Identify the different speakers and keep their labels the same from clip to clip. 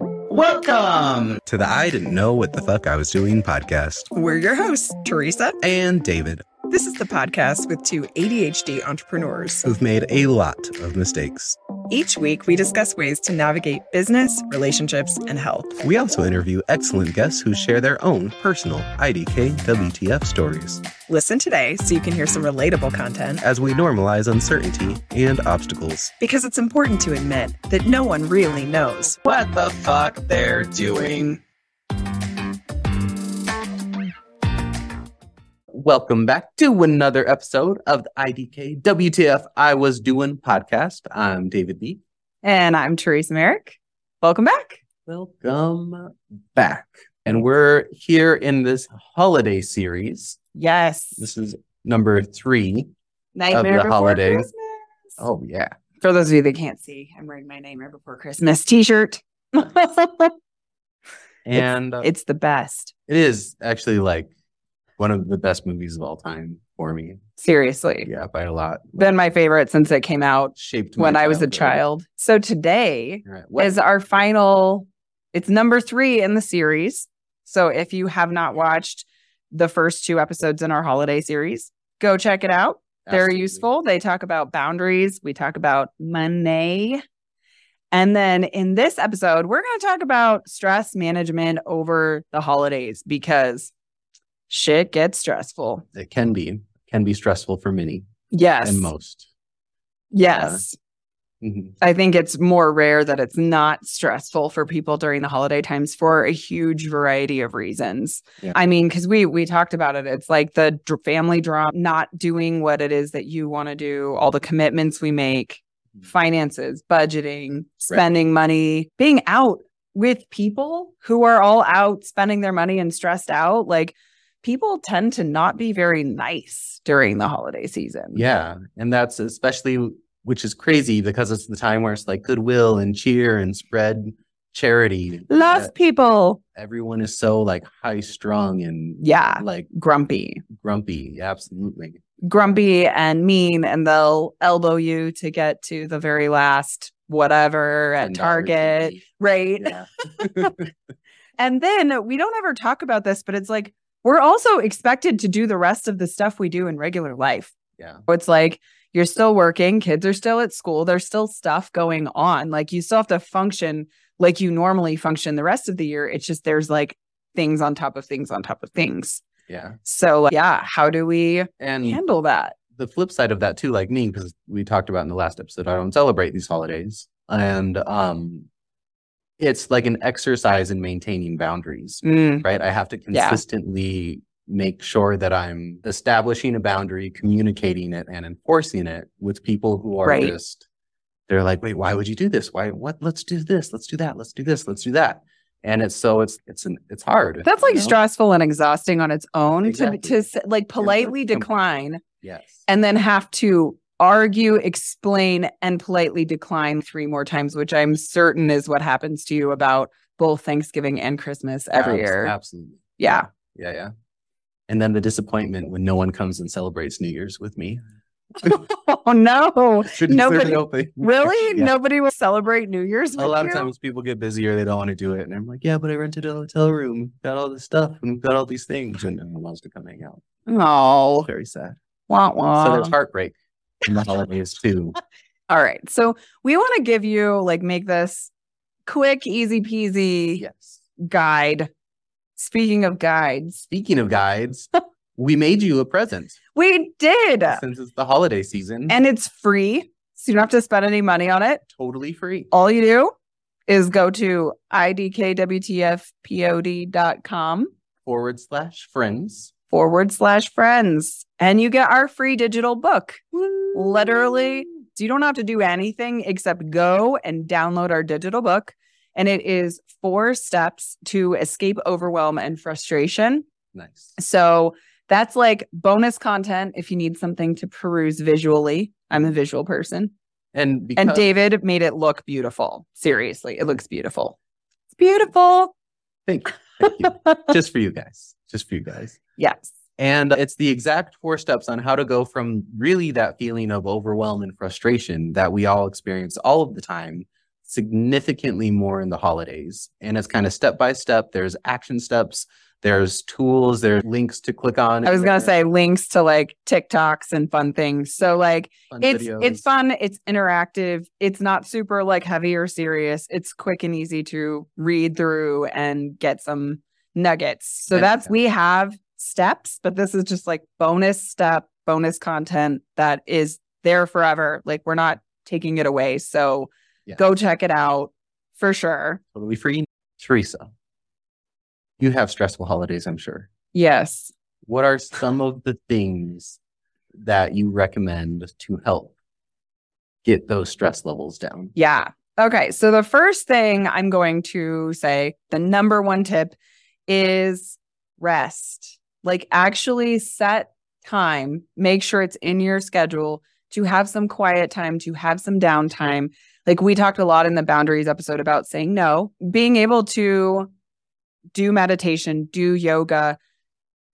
Speaker 1: Welcome
Speaker 2: to the I Didn't Know What the Fuck I Was Doing podcast.
Speaker 3: We're your hosts, Teresa.
Speaker 2: And David,
Speaker 3: This is the podcast with two ADHD entrepreneurs.
Speaker 2: who've made a lot of mistakes.
Speaker 3: Each week, we discuss ways to navigate business, relationships, and health.
Speaker 2: We also interview excellent guests who share their own personal IDK WTF stories
Speaker 3: Listen today so you can hear some relatable content
Speaker 2: as we normalize uncertainty and obstacles.
Speaker 3: because it's important to admit that no one really knows.
Speaker 1: what the fuck they're doing.
Speaker 2: Welcome back to another episode of the IDK WTF I Was Doing podcast. I'm David B.
Speaker 4: And I'm Teresa Merrick. Welcome back.
Speaker 2: Welcome back. And we're here in this holiday series.
Speaker 4: Yes.
Speaker 2: This is number three.
Speaker 4: Nightmare
Speaker 2: the
Speaker 4: Before
Speaker 2: holiday.
Speaker 4: Christmas.
Speaker 2: Oh, yeah.
Speaker 4: For those of you that can't see, I'm wearing my Nightmare Before Christmas t-shirt.
Speaker 2: And uh,
Speaker 4: it's the best.
Speaker 2: It is actually like one of the best movies of all time for me.
Speaker 4: Seriously.
Speaker 2: Yeah, by a lot.
Speaker 4: Been my favorite since it came out
Speaker 2: Shaped my
Speaker 4: when I was a
Speaker 2: childhood.
Speaker 4: child. So today
Speaker 2: All right, what-
Speaker 4: is our final, it's number three in the series. So if you have not watched the first two episodes in our holiday series, go check it out. they're
Speaker 2: Absolutely.
Speaker 4: useful. They talk about boundaries. We talk about money. And then in this episode, we're going to talk about stress management over the holidays because shit gets stressful.
Speaker 2: It can be can be stressful for many
Speaker 4: Yes.
Speaker 2: and most.
Speaker 4: Yes.
Speaker 2: Mhm.
Speaker 4: I think it's more rare that it's not stressful for people during the holiday times for a huge variety of reasons.
Speaker 2: Yeah.
Speaker 4: I mean, because we we talked about it. It's like the dr- family drama, not doing what it is that you want to do, all the commitments we make,
Speaker 2: Mhm.
Speaker 4: finances, budgeting, spending money, being out with people who are all out spending their money and stressed out. Like people tend to not be very nice during the holiday season.
Speaker 2: Yeah, and that's especially which is crazy because it's the time where it's like goodwill and cheer and spread charity.
Speaker 4: Love
Speaker 2: That
Speaker 4: people.
Speaker 2: Everyone is so like high strung and
Speaker 4: Yeah.
Speaker 2: like
Speaker 4: Grumpy.
Speaker 2: grumpy. Absolutely.
Speaker 4: grumpy and mean and they'll elbow you to get to the very last whatever at
Speaker 2: $10
Speaker 4: Target,
Speaker 2: TV.
Speaker 4: right?
Speaker 2: Yeah.
Speaker 4: And then we don't ever talk about this, but it's like we're also expected to do the rest of the stuff we do in regular life.
Speaker 2: Yeah.
Speaker 4: It's like you're still working, kids are still at school, there's still stuff going on. Like you still have to function like you normally function the rest of the year. It's just there's like things on top of things on top of things.
Speaker 2: Yeah. Mm.
Speaker 4: So, like, yeah, how do we
Speaker 2: And
Speaker 4: handle that?
Speaker 2: the flip side of that too, like me, because we talked about in the last episode, I don't celebrate these holidays, and um, it's like an exercise in maintaining boundaries,
Speaker 4: Mm,
Speaker 2: right? I have to
Speaker 4: Yeah.
Speaker 2: consistently make sure that I'm establishing a boundary, communicating it, and enforcing it with people who are
Speaker 4: Right.
Speaker 2: just they're like, wait, why would you do this? Why what? Let's do this. Let's do that. Let's do this. Let's do that. And it's so it's it's an it's hard.
Speaker 4: That's like
Speaker 2: you know?
Speaker 4: stressful and exhausting on its own
Speaker 2: Exactly.
Speaker 4: to to s- like politely
Speaker 2: com-
Speaker 4: decline
Speaker 2: Yes.
Speaker 4: and then have to argue, explain, and politely decline three more times, which I'm certain is what happens to you about both Thanksgiving and Christmas every
Speaker 2: Abs-
Speaker 4: year.
Speaker 2: Absolutely.
Speaker 4: Yeah.
Speaker 2: Yeah, yeah. And then the disappointment when no one comes and celebrates New Year's with me.
Speaker 4: Oh no.
Speaker 2: Shouldn't
Speaker 4: Nobody-
Speaker 2: open.
Speaker 4: Really?
Speaker 2: Yeah.
Speaker 4: Nobody will celebrate New Year's with
Speaker 2: A lot
Speaker 4: you?
Speaker 2: of times people get busy or they don't want to do it. And I'm like, yeah, but I rented a hotel room, got all this stuff, and got all these things. And no one wants to come hang out.
Speaker 4: Oh,
Speaker 2: Very sad.
Speaker 4: wah,
Speaker 2: So
Speaker 4: wah.
Speaker 2: there's heartbreak in the holidays too.
Speaker 4: All right. So we want to give you like make this quick, easy peasy
Speaker 2: Yes.
Speaker 4: guide. Speaking of guides,
Speaker 2: Speaking of guides, we made you a present
Speaker 4: we did.
Speaker 2: since it's the holiday season
Speaker 4: and it's free. So you don't have to spend any money on it.
Speaker 2: totally free.
Speaker 4: All you do is go to idkwtfpod.com
Speaker 2: Forward slash friends.
Speaker 4: forward slash friends and you get our free digital book. Literally, so you don't have to do anything except go and download our digital book. And it is four steps to escape overwhelm and frustration.
Speaker 2: Nice.
Speaker 4: So that's like bonus content if you need something to peruse visually. I'm a visual person.
Speaker 2: And because,
Speaker 4: And David made it look beautiful. Seriously, it looks beautiful. It's beautiful.
Speaker 2: Thank you. Thank you. Just for you guys. Just for you guys.
Speaker 4: Yes.
Speaker 2: And it's the exact four steps on how to go from really that feeling of overwhelm and frustration that we all experience all of the time
Speaker 5: significantly more in the holidays. And it's kind of step by step. There's action steps, there's tools, there's links to click on.
Speaker 4: I was gonna say links to like TikToks and fun things. So like
Speaker 5: Fun
Speaker 4: it's it's
Speaker 5: videos.
Speaker 4: fun it's interactive it's not super like heavy or serious it's quick and easy to read through and get some nuggets so
Speaker 5: Yeah.
Speaker 4: that's we have steps but this is just like bonus step bonus content that is there forever like we're not taking it away so
Speaker 5: Yeah.
Speaker 4: go check it out for sure
Speaker 5: Totally free. Teresa, you have stressful holidays, I'm sure.
Speaker 4: yes
Speaker 5: what are some of the things that you recommend to help get those stress levels down?
Speaker 4: Yeah. Okay. So the first thing I'm going to say, the number one tip is rest. Like actually set time, make sure it's in your schedule to have some quiet time, to have some downtime. Like we talked a lot in the boundaries episode about saying no, being able to do meditation, do yoga,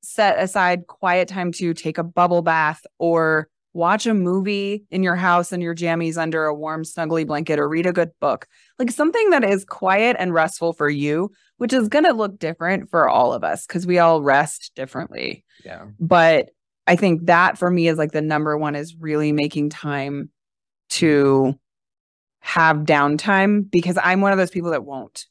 Speaker 4: set aside quiet time to take a bubble bath or watch a movie in your house in your jammies under a warm snuggly blanket or read a good book like something that is quiet and restful for you which is going to look different for all of us because we all rest differently
Speaker 5: Yeah.
Speaker 4: but i think that for me is like the number one is really making time to have downtime because i'm one of those people that won't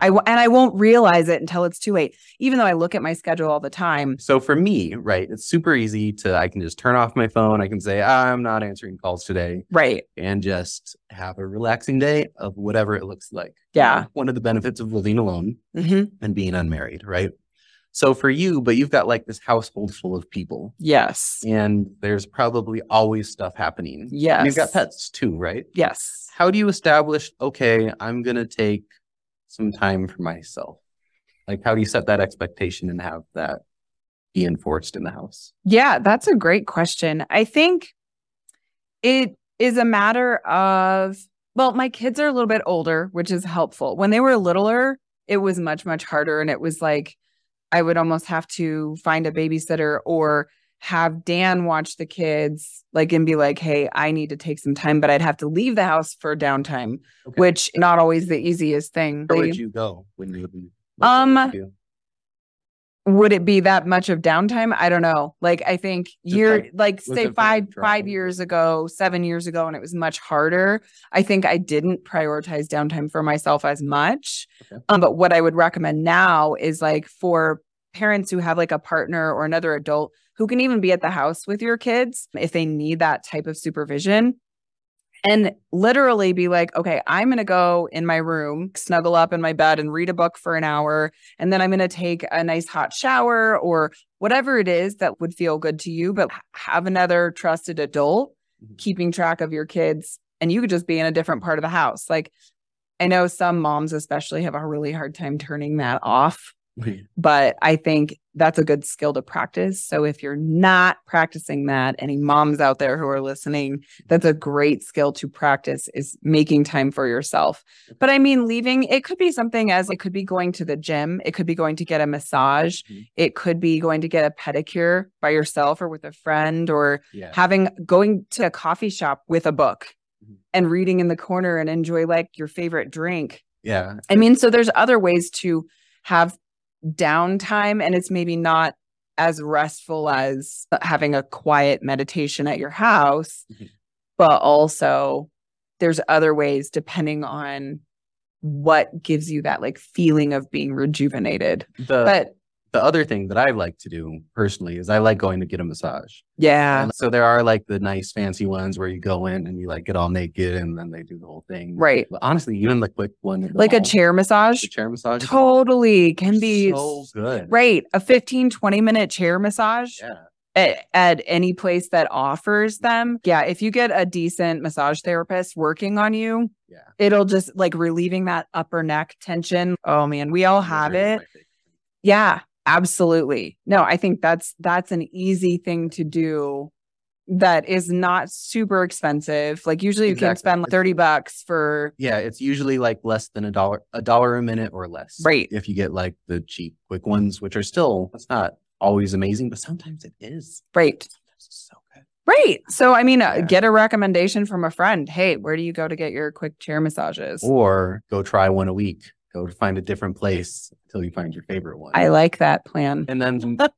Speaker 4: I w- and I won't realize it until it's too late. Even though I look at my schedule all the time,
Speaker 5: So for me, right, it's super easy to I can just turn off my phone, I can say I'm not answering calls today
Speaker 4: right?
Speaker 5: and just have a relaxing day of whatever it looks like.
Speaker 4: Yeah.
Speaker 5: One of the benefits of living alone
Speaker 4: hmm
Speaker 5: and being unmarried, right? So for you, but you've got like this household full of people
Speaker 4: Yes.
Speaker 5: and there's probably always stuff happening.
Speaker 4: Yes.
Speaker 5: And you've got pets too, right?
Speaker 4: Yes.
Speaker 5: how do you establish okay i'm going to take some time for myself like how do you set that expectation and have that be enforced in the house
Speaker 4: Yeah, that's a great question. I think it is a matter of, well, my kids are a little bit older, which is helpful. When they were littler, it was much, much harder. And it was like, I would almost have to find a babysitter or have Dan watch the kids, like, and be like, hey, I need to take some time, but I'd have to leave the house for downtime,
Speaker 5: Okay.
Speaker 4: which not always the easiest thing.
Speaker 5: where
Speaker 4: They-
Speaker 5: would you go when you would be
Speaker 4: Um,
Speaker 5: what would you do?
Speaker 4: would it be that much of downtime? I don't know. Like I think
Speaker 5: Just
Speaker 4: year
Speaker 5: like-
Speaker 4: like
Speaker 5: was
Speaker 4: say
Speaker 5: it for, like,
Speaker 4: five five
Speaker 5: driving?
Speaker 4: years ago, seven years ago, and it was much harder. I think I didn't prioritize downtime for myself as much.
Speaker 5: Okay.
Speaker 4: Um, but what I would recommend now is like for parents who have like a partner or another adult who can even be at the house with your kids if they need that type of supervision and literally be like, okay, I'm going to go in my room, snuggle up in my bed and read a book for an hour. And then I'm going to take a nice hot shower or whatever it is that would feel good to you, but h- have another trusted adult
Speaker 5: Mhm.
Speaker 4: keeping track of your kids. And you could just be in a different part of the house. Like, I know some moms, especially, have a really hard time turning that off but I think that's a good skill to practice. So if you're not practicing that, any moms out there who are listening, that's a great skill to practice is making time for yourself. But I mean, leaving it could be something as it could be going to the gym, it could be going to get a massage,
Speaker 5: Mhm.
Speaker 4: it could be going to get a pedicure by yourself or with a friend or
Speaker 5: yeah
Speaker 4: having going to a coffee shop with a book
Speaker 5: Mhm.
Speaker 4: and reading in the corner and enjoy like your favorite drink.
Speaker 5: yeah
Speaker 4: I mean, so there's other ways to have downtime, and it's maybe not as restful as having a quiet meditation at your house,
Speaker 5: Mhm.
Speaker 4: but also there's other ways depending on what gives you that like feeling of being rejuvenated.
Speaker 5: the
Speaker 4: but
Speaker 5: the other thing that i like to do personally is i like going to get a massage
Speaker 4: yeah,
Speaker 5: And so there are like the nice fancy ones where you go in and you like get all naked and then they do the whole thing
Speaker 4: right.
Speaker 5: but honestly even the quick one at the
Speaker 4: Like a
Speaker 5: mall,
Speaker 4: chair
Speaker 5: the
Speaker 4: massage
Speaker 5: chair massage is
Speaker 4: totally can be
Speaker 5: so good
Speaker 4: right. A 15, 20 minute chair massage.
Speaker 5: yeah
Speaker 4: at, at any place that offers them. Yeah, if you get a decent massage therapist working on you,
Speaker 5: Yeah.
Speaker 4: it'll just like relieving that upper neck tension. Oh man, we all have
Speaker 5: Those are
Speaker 4: it.
Speaker 5: my favorite.
Speaker 4: Yeah, absolutely. No, I think that's that's an easy thing to do that is not super expensive. Like usually you can
Speaker 5: Exactly.
Speaker 4: spend like 30 bucks for
Speaker 5: yeah, it's usually like less than a dollar, a dollar a minute or less.
Speaker 4: Right.
Speaker 5: If you get like the cheap, quick ones, which are still, it's not always amazing, but sometimes it is.
Speaker 4: right.
Speaker 5: Sometimes it's so good.
Speaker 4: Right. So, I mean, uh,
Speaker 5: Yeah.
Speaker 4: get a recommendation from a friend. Hey, where do you go to get your quick chair massages?
Speaker 5: or go try one a week. Go to find a different place until you find your favorite one.
Speaker 4: I like that plan.
Speaker 5: and then the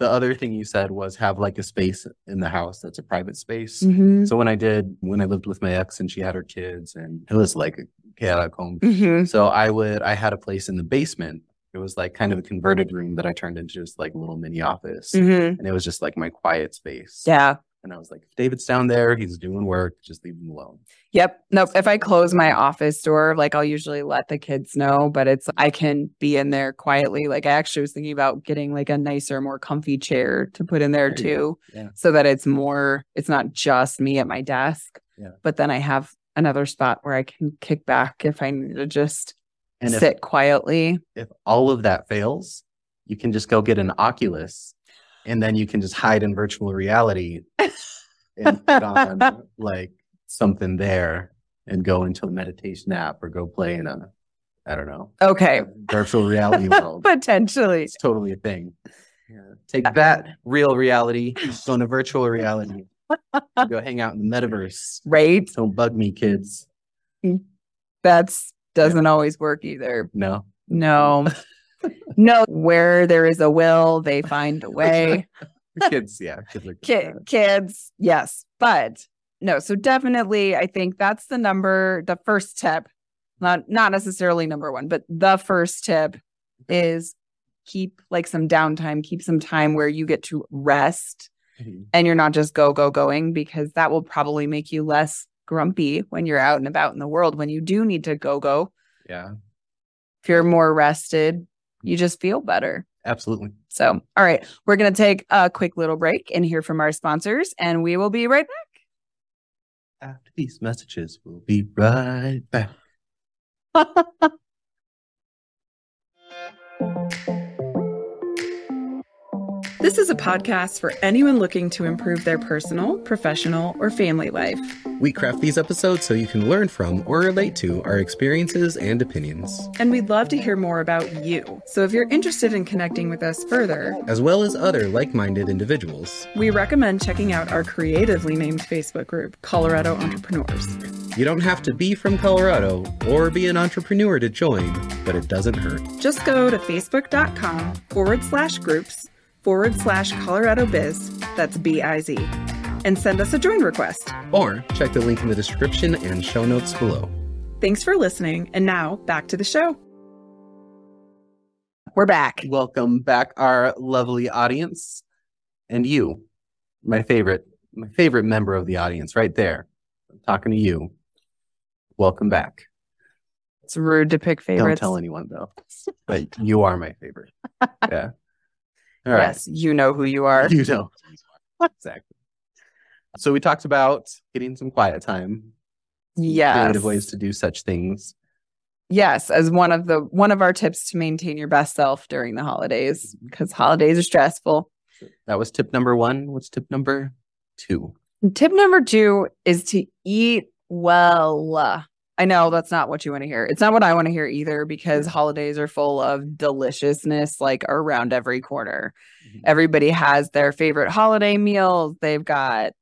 Speaker 5: other thing you said was have like a space in the house that's a private space.
Speaker 4: Mhm.
Speaker 5: So when I did, when I lived with my ex and she had her kids and it was like a chaotic home.
Speaker 4: Mhm.
Speaker 5: So I would, I had a place in the basement. It was like kind of a converted room that I turned into just like a little mini office.
Speaker 4: Mhm.
Speaker 5: And it was just like my quiet space.
Speaker 4: Yeah.
Speaker 5: And I was like, if David's down there, he's doing work, just leave him alone.
Speaker 4: Yep. Nope. If I close my office door, like I'll usually let the kids know, but it's I can be in there quietly. Like I actually was thinking about getting like a nicer, more comfy chair to put in there
Speaker 5: There you
Speaker 4: too.
Speaker 5: Yeah.
Speaker 4: So that it's more it's not just me at my desk.
Speaker 5: Yeah.
Speaker 4: But then I have another spot where I can kick back if I need to just
Speaker 5: And if
Speaker 4: sit quietly.
Speaker 5: if all of that fails, you can just go get an Oculus and then you can just hide in virtual reality and put on like something there and go into a meditation app or go play in a, I don't know,
Speaker 4: Okay.
Speaker 5: virtual reality world.
Speaker 4: Potentially.
Speaker 5: it's totally a thing. Take that real reality, go into virtual reality, go hang out in the metaverse.
Speaker 4: Right.
Speaker 5: Don't bug me, kids.
Speaker 4: That's doesn't always work either.
Speaker 5: No.
Speaker 4: No. no, where there is a will, they find a way.
Speaker 5: Kids, yeah. Kids are good at
Speaker 4: Ki-
Speaker 5: that.
Speaker 4: kids, yes. But no, so definitely I think that's the number, the first tip. Not not necessarily number 1, but the first tip is keep like some downtime, keep some time where you get to rest and you're not just go go going because that will probably make you less grumpy when you're out and about in the world when you do need to go go.
Speaker 5: Yeah,
Speaker 4: If you're more rested, you just feel better.
Speaker 5: absolutely.
Speaker 4: So, all right, we're going to take a quick little break and hear from our sponsors, and we will be right back.
Speaker 5: After these messages, we'll be right back.
Speaker 6: This is a podcast for anyone looking to improve their personal, professional, or family life.
Speaker 5: We craft these episodes so you can learn from or relate to our experiences and opinions,
Speaker 6: And we'd love to hear more about you. So if you're interested in connecting with us further,
Speaker 5: as well as other like minded individuals.
Speaker 6: we recommend checking out our creatively named Facebook group, Colorado Entrepreneurs.
Speaker 5: You don't have to be from Colorado or be an entrepreneur to join, but it doesn't hurt.
Speaker 6: Just go to facebook.com forward slash groups forward slash Colorado Biz, that's B I Z, and send us a join request.
Speaker 5: Or check the link in the description and show notes below.
Speaker 6: Thanks for listening. And now back to the show.
Speaker 4: We're back.
Speaker 5: Welcome back, our lovely audience, and you, my favorite, my favorite member of the audience, right there. I'm talking to you. Welcome back.
Speaker 4: It's rude to pick favorites.
Speaker 5: Don't tell anyone though, but you are my favorite. Yeah. All right.
Speaker 4: Yes, you know who you are.
Speaker 5: You know exactly. So we talked about getting some quiet time.
Speaker 4: Yes.
Speaker 5: Creative ways to do such things.
Speaker 4: Yes, as one of the one of our tips to maintain your best self during the holidays because holidays are stressful.
Speaker 5: That was tip number one. What's tip number two?
Speaker 4: Tip number two is to eat well. I know that's not what you want to hear. It's not what I want to hear either because
Speaker 5: Mm-hmm.
Speaker 4: holidays are full of deliciousness like around every corner.
Speaker 5: Mhm.
Speaker 4: Everybody has their favorite holiday meals. They've got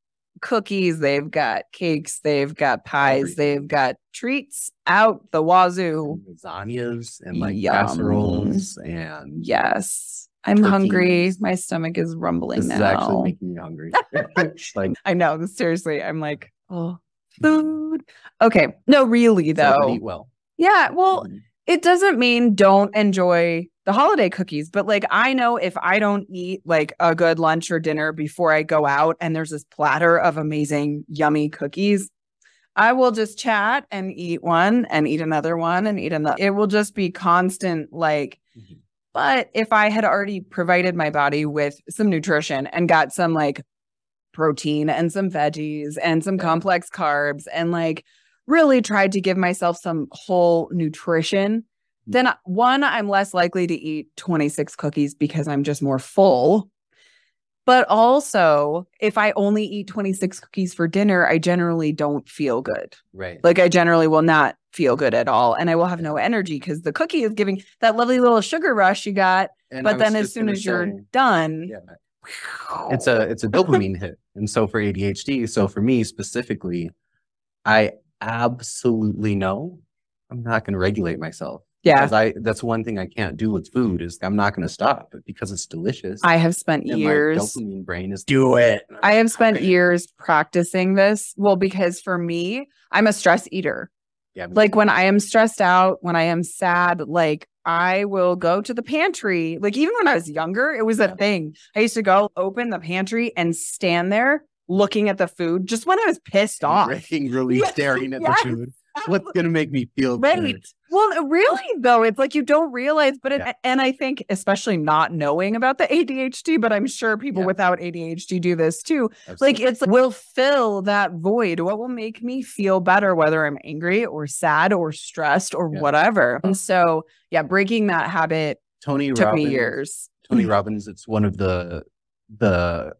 Speaker 4: cookies, they've got cakes, they've got pies,
Speaker 5: Everything.
Speaker 4: they've got treats out the wazoo.
Speaker 5: Lasagnas and like
Speaker 4: Yum.
Speaker 5: casseroles and
Speaker 4: Yes. I'm hungry.
Speaker 5: Turkeys.
Speaker 4: My stomach is rumbling
Speaker 5: This
Speaker 4: now.
Speaker 5: is actually making me hungry. like
Speaker 4: I know. this- Seriously, I'm like, oh, food. Okay. No, really
Speaker 5: so
Speaker 4: though.
Speaker 5: eat well.
Speaker 4: Yeah. Well, it doesn't mean don't enjoy the holiday cookies, but like I know if I don't eat like a good lunch or dinner before I go out and there's this platter of amazing, yummy cookies, I will just chat and eat one and eat another one and eat another. It will just be constant, like,
Speaker 5: Mhm.
Speaker 4: but if I had already provided my body with some nutrition and got some like protein and some veggies and some complex carbs and like really tried to give myself some whole
Speaker 5: Mm.
Speaker 4: nutrition, then uh, one, I'm less likely to eat 26 cookies because I'm just more full. But also, if I only eat 26 cookies for dinner, I generally don't feel good.
Speaker 5: right.
Speaker 4: Like, I generally will not feel good at all. And I will have no energy because the cookie is giving that lovely little sugar rush you got.
Speaker 5: And I
Speaker 4: but
Speaker 5: was
Speaker 4: then, as
Speaker 5: just
Speaker 4: soon
Speaker 5: gonna
Speaker 4: as you're
Speaker 5: say-
Speaker 4: done,
Speaker 5: yeah, it's a it's a dopamine hit and so for adhd so for me specifically i absolutely know i'm not going to regulate myself
Speaker 4: yeah.
Speaker 5: Because I that's one thing I can't do with food is I'm not going to stop because it's delicious.
Speaker 4: I have spent
Speaker 5: and My
Speaker 4: years
Speaker 5: dopamine brain is do it.
Speaker 4: I have spent years practicing this. Well, because for me, I'm a stress eater.
Speaker 5: yeah, me
Speaker 4: Like when I am stressed out, when I am sad, like I will go to the pantry. Like even when I was younger, it was a
Speaker 5: Yeah.
Speaker 4: thing. I used to go open the pantry and stand there looking at the food just when I was pissed
Speaker 5: too.
Speaker 4: off.
Speaker 5: Breaking really
Speaker 4: Yes,
Speaker 5: staring at
Speaker 4: yes.
Speaker 5: the food. What's going to make me feel
Speaker 4: Right.
Speaker 5: good?
Speaker 4: Well, no, really though, it's like you don't realize, but it,
Speaker 5: Yeah.
Speaker 4: and I think especially not knowing about the ADHD, but I'm sure people
Speaker 5: Yeah.
Speaker 4: without ADHD do this too. Like
Speaker 5: Absolutely.
Speaker 4: it's like, will fill that void. What will make me feel better, whether I'm angry or sad or stressed or
Speaker 5: Yeah.
Speaker 4: whatever. And so, yeah, breaking that habit
Speaker 5: Tony
Speaker 4: took
Speaker 5: Robbins,
Speaker 4: me years.
Speaker 5: Tony Robbins, it's one of the the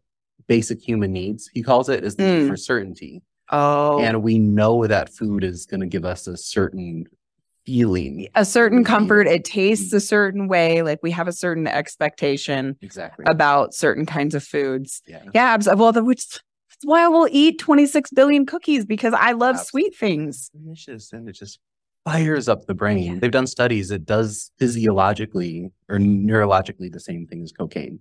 Speaker 5: basic human needs. He calls it is the need
Speaker 4: Mm.
Speaker 5: for certainty,
Speaker 4: Oh,
Speaker 5: and we know that food is going to give us a certain feeling.
Speaker 4: a certain comfort. It tastes
Speaker 5: Mm.
Speaker 4: a certain way. Like we have a certain expectation
Speaker 5: Exactly.
Speaker 4: about certain kinds of foods.
Speaker 5: yeah.
Speaker 4: Yeah, abs- well, the, which that's why I will eat 26 billion cookies because I love
Speaker 5: Abs-
Speaker 4: sweet things.
Speaker 5: delicious and it just fires up the brain.
Speaker 4: Yeah.
Speaker 5: They've done studies, it does physiologically or neurologically the same thing as cocaine.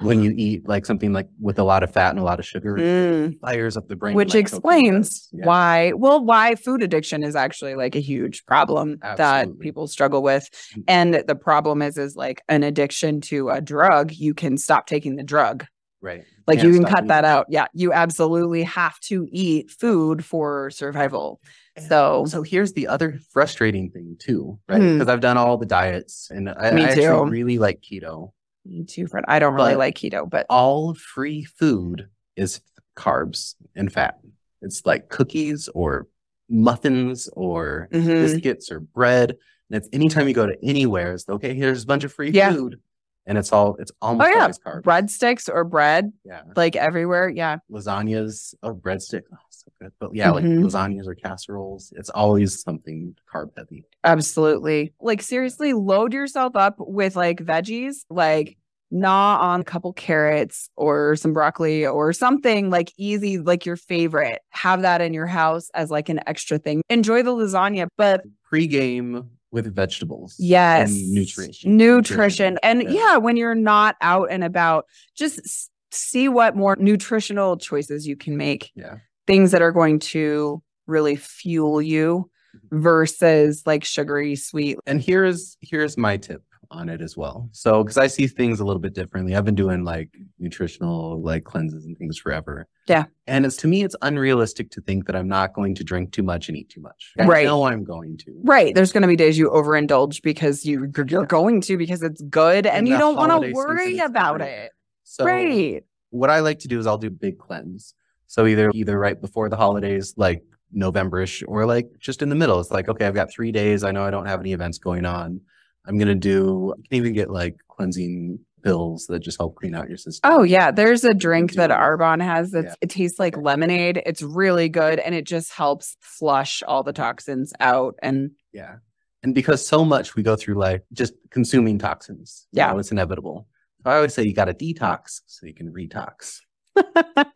Speaker 5: when you eat like something like with a lot of fat and a lot of sugar, it fires up the brain.
Speaker 4: Mm. Which
Speaker 5: like cocaine
Speaker 4: explains
Speaker 5: does. Yeah.
Speaker 4: why, well, why food addiction is actually like a huge problem that
Speaker 5: Absolutely.
Speaker 4: people struggle with.
Speaker 5: Mm.
Speaker 4: And the problem is, is like an addiction to a drug, you can stop taking the drug.
Speaker 5: Right.
Speaker 4: Like
Speaker 5: Can't
Speaker 4: you can
Speaker 5: stop
Speaker 4: cut
Speaker 5: eating.
Speaker 4: that out. Yeah. You absolutely have to eat food for survival.
Speaker 5: And
Speaker 4: So,
Speaker 5: So here's the other frustrating thing too, right?
Speaker 4: Hmm.
Speaker 5: Because I've done all the diets and I,
Speaker 4: Me
Speaker 5: I
Speaker 4: too.
Speaker 5: actually really like keto.
Speaker 4: me too, friend. I don't really
Speaker 5: But-
Speaker 4: like keto, but
Speaker 5: all free food is carbs and fat. It's like cookies or muffins or
Speaker 4: Mhm.
Speaker 5: biscuits or bread. And it's anytime you go to anywhere, it's okay, here's a bunch of free
Speaker 4: Yeah. Oh,
Speaker 5: food. And it's all it's almost
Speaker 4: yeah.
Speaker 5: always carbs.
Speaker 4: mm-hmm. breadsticks or bread,
Speaker 5: Yeah.
Speaker 4: like everywhere. Yeah.
Speaker 5: Lasagnas or breadstick. Oh, so good. But yeah,
Speaker 4: Mhm.
Speaker 5: like lasagnas or casseroles. It's always something carb heavy.
Speaker 4: Absolutely. Like seriously, load yourself up with like veggies, like gnaw on a couple carrots or some broccoli or something like easy, like your favorite. Have that in your house as like an extra thing. Enjoy the lasagna, but
Speaker 5: Pre-game with vegetables. and
Speaker 4: yes,
Speaker 5: nutrition.
Speaker 4: nutrition. And yeah.
Speaker 5: Yeah.
Speaker 4: when you're not out and about, just s- see what more nutritional choices you can make
Speaker 5: Yeah.
Speaker 4: things that are going to really fuel you versus like sugary sweet
Speaker 5: and here's here's my tip on it as well so because i see things a little bit differently i've been doing like nutritional like cleanses and things forever
Speaker 4: Yeah.
Speaker 5: and it's to me it's unrealistic to think that i'm not going to drink too much and eat too much
Speaker 4: Right.
Speaker 5: i know i'm going to
Speaker 4: Right. There's going to be days you overindulge because you, you're going to because it's good and,
Speaker 5: And
Speaker 4: you
Speaker 5: the
Speaker 4: don't want to
Speaker 5: holiday
Speaker 4: worry
Speaker 5: season is
Speaker 4: about
Speaker 5: great.
Speaker 4: it.
Speaker 5: so
Speaker 4: right.
Speaker 5: what i like to do is i'll do a big cleanse so either either right before the holidays like novemberish or like just in the middle it's like okay i've got three days i know i don't have any events going on i'm gonna do you can even get like cleansing pills that just help clean out your system
Speaker 4: Oh, yeah. There's a drink
Speaker 5: do
Speaker 4: that
Speaker 5: it.
Speaker 4: Arbonne has that
Speaker 5: Yeah.
Speaker 4: it tastes like lemonade. It's really good and it just helps flush all the toxins out. And
Speaker 5: Yeah. And because so much we go through life just consuming toxins. you
Speaker 4: Yeah.
Speaker 5: know, it's inevitable. So I always say you got to detox so you can retox.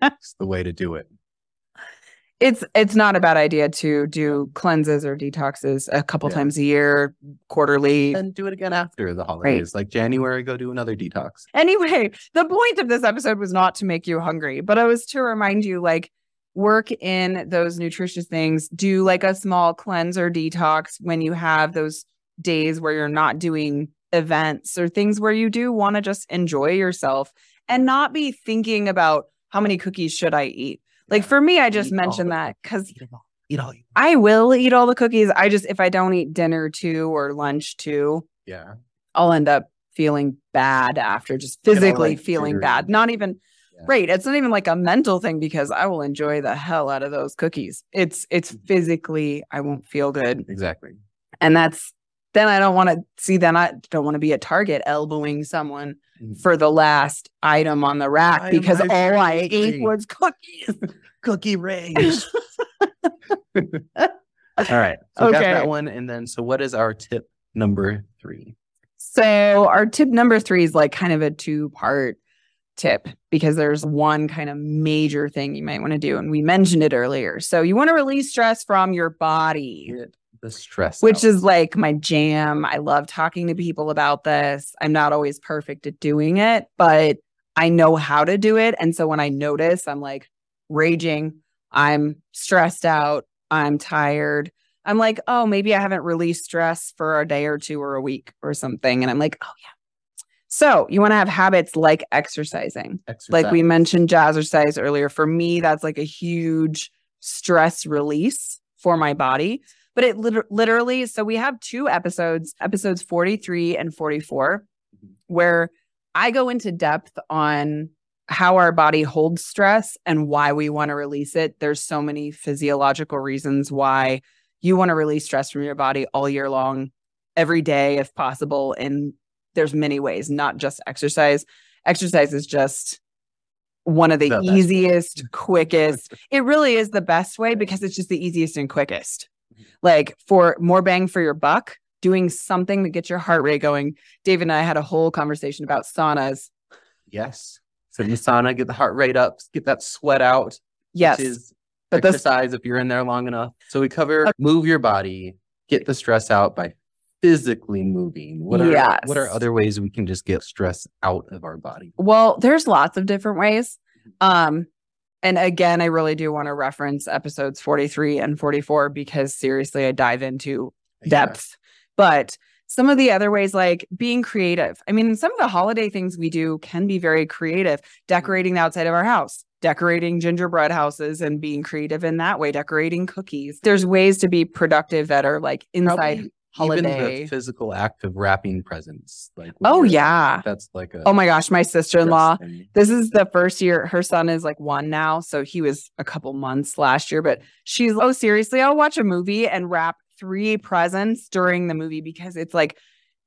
Speaker 5: It's the way to do it.
Speaker 4: it's it's not a bad idea to do cleanses or detoxes a couple
Speaker 5: Yeah.
Speaker 4: times a year, quarterly.
Speaker 5: And do it again after the holidays. Like January, go do another detox.
Speaker 4: Anyway, the point of this episode was not to make you hungry, but I was to remind you like work in those nutritious things, do like a small cleanse or detox when you have those days where you're not doing events or things where you do want to just enjoy yourself and not be thinking about how many cookies should I eat. Like
Speaker 5: Yeah.
Speaker 4: for me, I just
Speaker 5: Eat all
Speaker 4: mentioned
Speaker 5: the
Speaker 4: that cuz
Speaker 5: Eat 'em all. Eat all you want.
Speaker 4: I will eat all the cookies. I just if I don't eat dinner too or lunch too,
Speaker 5: Yeah.
Speaker 4: I'll end up feeling bad after just physically
Speaker 5: like,
Speaker 4: feeling
Speaker 5: jittery.
Speaker 4: bad. Not even
Speaker 5: Yeah.
Speaker 4: right. It's not even like a mental thing because I will enjoy the hell out of those cookies. It's it's
Speaker 5: Mhm.
Speaker 4: physically I won't feel good.
Speaker 5: Exactly.
Speaker 4: And that's then I don't want to see then I don't want to be a target elbowing someone
Speaker 5: Mm.
Speaker 4: for the last item on the rack
Speaker 5: Why am
Speaker 4: because
Speaker 5: I
Speaker 4: all I ate
Speaker 5: freezing?
Speaker 4: was cookies.
Speaker 5: Cookie rage. All right. So we got
Speaker 4: Okay.
Speaker 5: that one. And then, so what is our tip number three?
Speaker 4: So our tip number three is like kind of a two part tip because there's one kind of major thing you might want to do. And we mentioned it earlier. So you want to release stress from your body,
Speaker 5: Get the stress.
Speaker 4: which
Speaker 5: out.
Speaker 4: is like my jam. I love talking to people about this. I'm not always perfect at doing it, but I know how to do it. And so when I notice I'm like raging, I'm stressed out, I'm tired. I'm like, oh, maybe I haven't released stress for a day or two or a week or something. And I'm like, oh, yeah. So you want to have habits like exercising
Speaker 5: Exercise.
Speaker 4: like we mentioned jazzercise earlier for me that's like a huge stress release for my body but it liter- literally so we have two episodes episodes 43 and 44 where i go into depth on how our body holds stress and why we want to release it there's so many physiological reasons why you want to release stress from your body all year long every day if possible and there's many ways not just exercise exercise is just one of the,
Speaker 5: The best.
Speaker 4: easiest quickest it really is the best way because it's just the easiest and quickest
Speaker 5: Mm-hmm.
Speaker 4: like for more bang for your buck doing something that gets your heart rate going david and i had a whole conversation about saunas
Speaker 5: yes. So in the sauna, get the heart rate up, get that sweat out.
Speaker 4: yes
Speaker 5: Which is
Speaker 4: but this
Speaker 5: exercise if you're in there long enough. So we cover move your body, get the stress out by physically moving. What are what are
Speaker 4: Yes.
Speaker 5: other ways we can just get stress out of our body?
Speaker 4: Well, there's lots of different ways.
Speaker 5: Mm-hmm.
Speaker 4: Um, and again, I really do want to reference episodes 43 and 44 because seriously, I dive into depth. But some of the other ways, like being creative. I mean, some of the holiday things we do can be very creative, decorating the outside of our house, decorating gingerbread houses and being creative in that way, decorating cookies. There's ways to be productive that are like inside
Speaker 5: Probably Even
Speaker 4: holiday.
Speaker 5: the physical act of wrapping presents. Like when
Speaker 4: Oh,
Speaker 5: you're-
Speaker 4: yeah.
Speaker 5: That's like a
Speaker 4: Oh my gosh, my sister in law.
Speaker 5: stress thing.
Speaker 4: this is the first year her son is like one now so he was a couple months last year but she's oh seriously i'll watch a movie and wrap three presents during the movie because it's like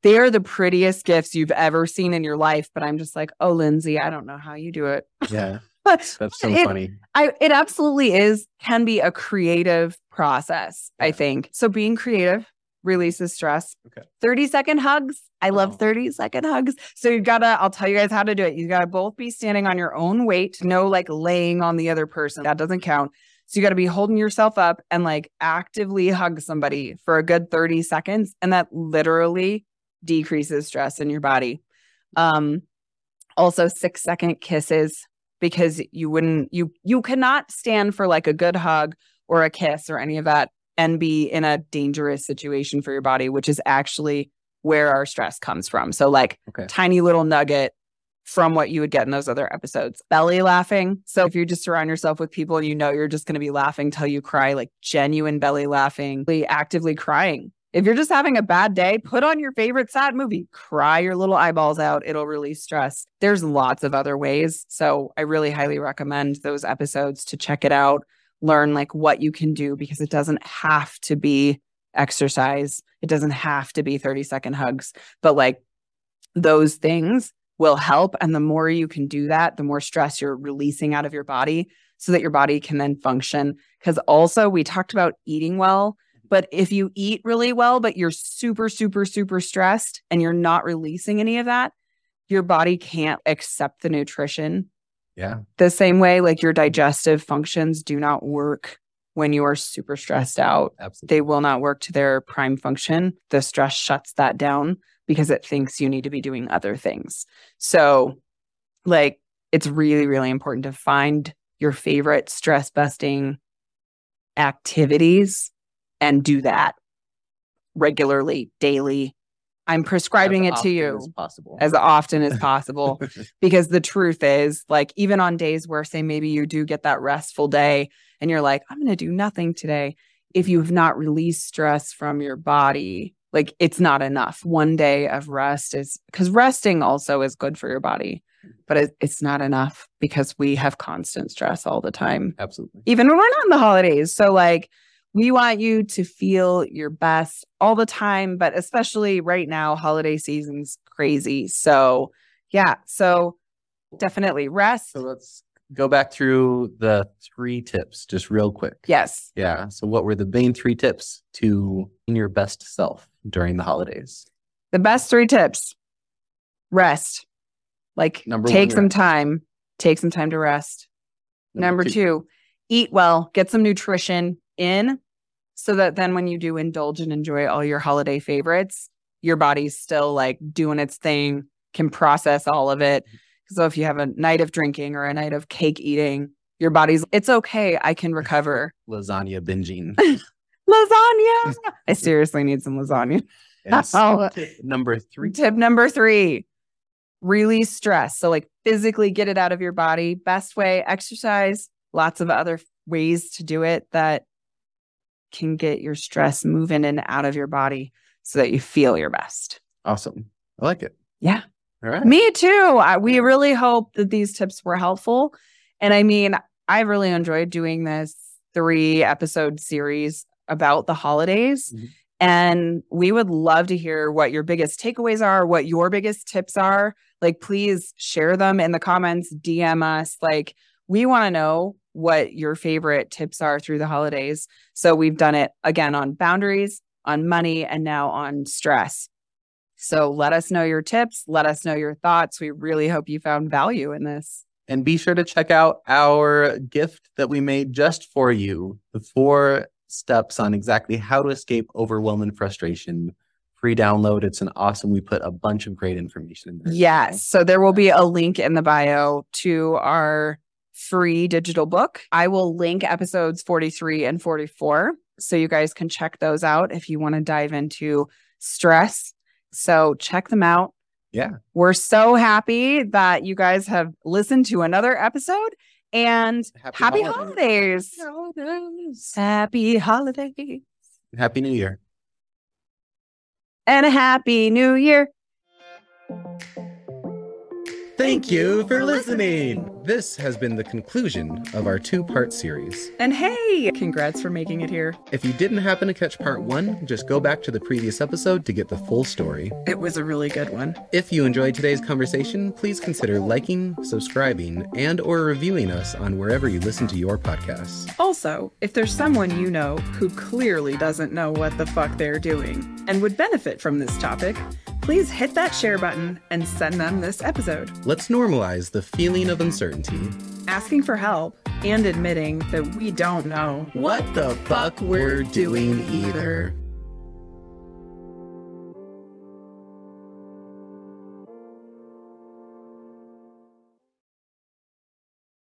Speaker 4: they are the prettiest gifts you've ever seen in your life but i'm just like oh lindsay i don't know how you do it
Speaker 5: Yeah. That's so
Speaker 4: It-
Speaker 5: funny.
Speaker 4: I it absolutely is can be a creative process, I
Speaker 5: Yeah.
Speaker 4: think. So being creative releases stress.
Speaker 5: Okay.
Speaker 4: 30 second hugs. I love
Speaker 5: Oh.
Speaker 4: 30 second hugs. So you've got to I'll tell you guys how to do it. You got to both be standing on your own weight, no like laying on the other person. That doesn't count. So you got to be holding yourself up and like actively hug somebody for a good 30 seconds and that literally decreases stress in your body. Um also 6 second kisses because you wouldn't you you cannot stand for like a good hug or a kiss or any of that and be in a dangerous situation for your body which is actually where our stress comes from so like
Speaker 5: Okay.
Speaker 4: tiny little nugget from what you would get in those other episodes belly laughing so if you just surround yourself with people and you know you're just going to be laughing till you cry like genuine belly laughing really actively crying if you're just having a bad day, put on your favorite sad movie, cry your little eyeballs out. It'll release stress. There's lots of other ways. So I really highly recommend those episodes to check it out, learn like what you can do because it doesn't have to be exercise. It doesn't have to be 30 second hugs, but like those things will help. And the more you can do that, the more stress you're releasing out of your body so that your body can then function. Because also, we talked about eating well. But if you eat really well, but you're super, super, super stressed and you're not releasing any of that, your body can't accept the nutrition
Speaker 5: Yeah.
Speaker 4: the same way. Like your digestive functions do not work when you are super stressed out.
Speaker 5: Absolutely.
Speaker 4: They will not work to their prime function. The stress shuts that down because it thinks you need to be doing other things. So, like, it's really, really important to find your favorite stress busting activities and do that regularly, daily. I'm prescribing
Speaker 5: As
Speaker 4: it to
Speaker 5: often
Speaker 4: you
Speaker 5: as possible.
Speaker 4: as often as possible because the truth is like even on days where say maybe you do get that restful day and you're like i'm going to do nothing today if you've not released stress from your body like it's not enough one day of rest is because resting also is good for your body but it, it's not enough because we have constant stress all the time
Speaker 5: Absolutely.
Speaker 4: even when we're not in the holidays. So like we want you to feel your best all the time, but especially right now, holiday season's crazy. So yeah, so definitely rest.
Speaker 5: So let's go back through the three tips just real quick.
Speaker 4: Yes.
Speaker 5: Yeah. So, what were the main three tips to being your best self during the holidays?
Speaker 4: The best three tips. Rest. Like
Speaker 5: Number one,
Speaker 4: take some
Speaker 5: rest.
Speaker 4: time, take some time to rest. Number, two. eat well, get some nutrition in so that then when you do indulge and enjoy all your holiday favorites, your body's still like doing its thing, can process all of it. So if you have a night of drinking or a night of cake eating, your body's it's okay, I can recover.
Speaker 5: lasagna binging.
Speaker 4: lasagna. I seriously need some lasagna.
Speaker 5: And
Speaker 4: Oh.
Speaker 5: tip number three.
Speaker 4: Tip number three release stress. So, like, physically get it out of your body. Best way, exercise, lots of other ways to do it that can get your stress moving and out of your body so that you feel your best.
Speaker 5: Awesome. I like it.
Speaker 4: Yeah.
Speaker 5: All right.
Speaker 4: Me too. I, we really hope that these tips were helpful. And I mean, I really enjoyed doing this three episode series about the holidays.
Speaker 5: Mhm.
Speaker 4: And we would love to hear what your biggest takeaways are, what your biggest tips are. Like, please share them in the comments, DM us. Like, we want to know what your favorite tips are through the holidays. So, we've done it again on boundaries, on money, and now on stress. So let us know your tips. Let us know your thoughts. We really hope you found value in this.
Speaker 5: And be sure to check out our gift that we made just for you the four steps on exactly how to escape overwhelm and frustration. Free download. It's an awesome. We put a bunch of great information in there.
Speaker 4: Yes. So there will be a link in the bio to our free digital book. I will link episodes 43 and 44. So you guys can check those out if you want to dive into stress. So check them out.
Speaker 5: Yeah.
Speaker 4: We're so happy that you guys have listened to another episode and happy, holidays.
Speaker 5: holidays.
Speaker 4: Happy holidays.
Speaker 5: Happy New Year.
Speaker 4: and a happy new year.
Speaker 5: Thank you for listening. This has been the conclusion of our two part series.
Speaker 6: And hey, congrats for making it here.
Speaker 5: If you didn't happen to catch part one, just go back to the previous episode to get the full story.
Speaker 6: It was a really good one.
Speaker 5: If you enjoyed today's conversation, please consider liking, subscribing, and or reviewing us on wherever you listen to your podcasts.
Speaker 6: Also, if there's someone you know who clearly doesn't know what the fuck they're doing and would benefit from this topic, please hit that share button and send them this episode.
Speaker 5: Let's normalize the feeling of uncertainty.
Speaker 6: Asking for help and admitting that we don't know
Speaker 5: What the fuck
Speaker 6: we're doing either.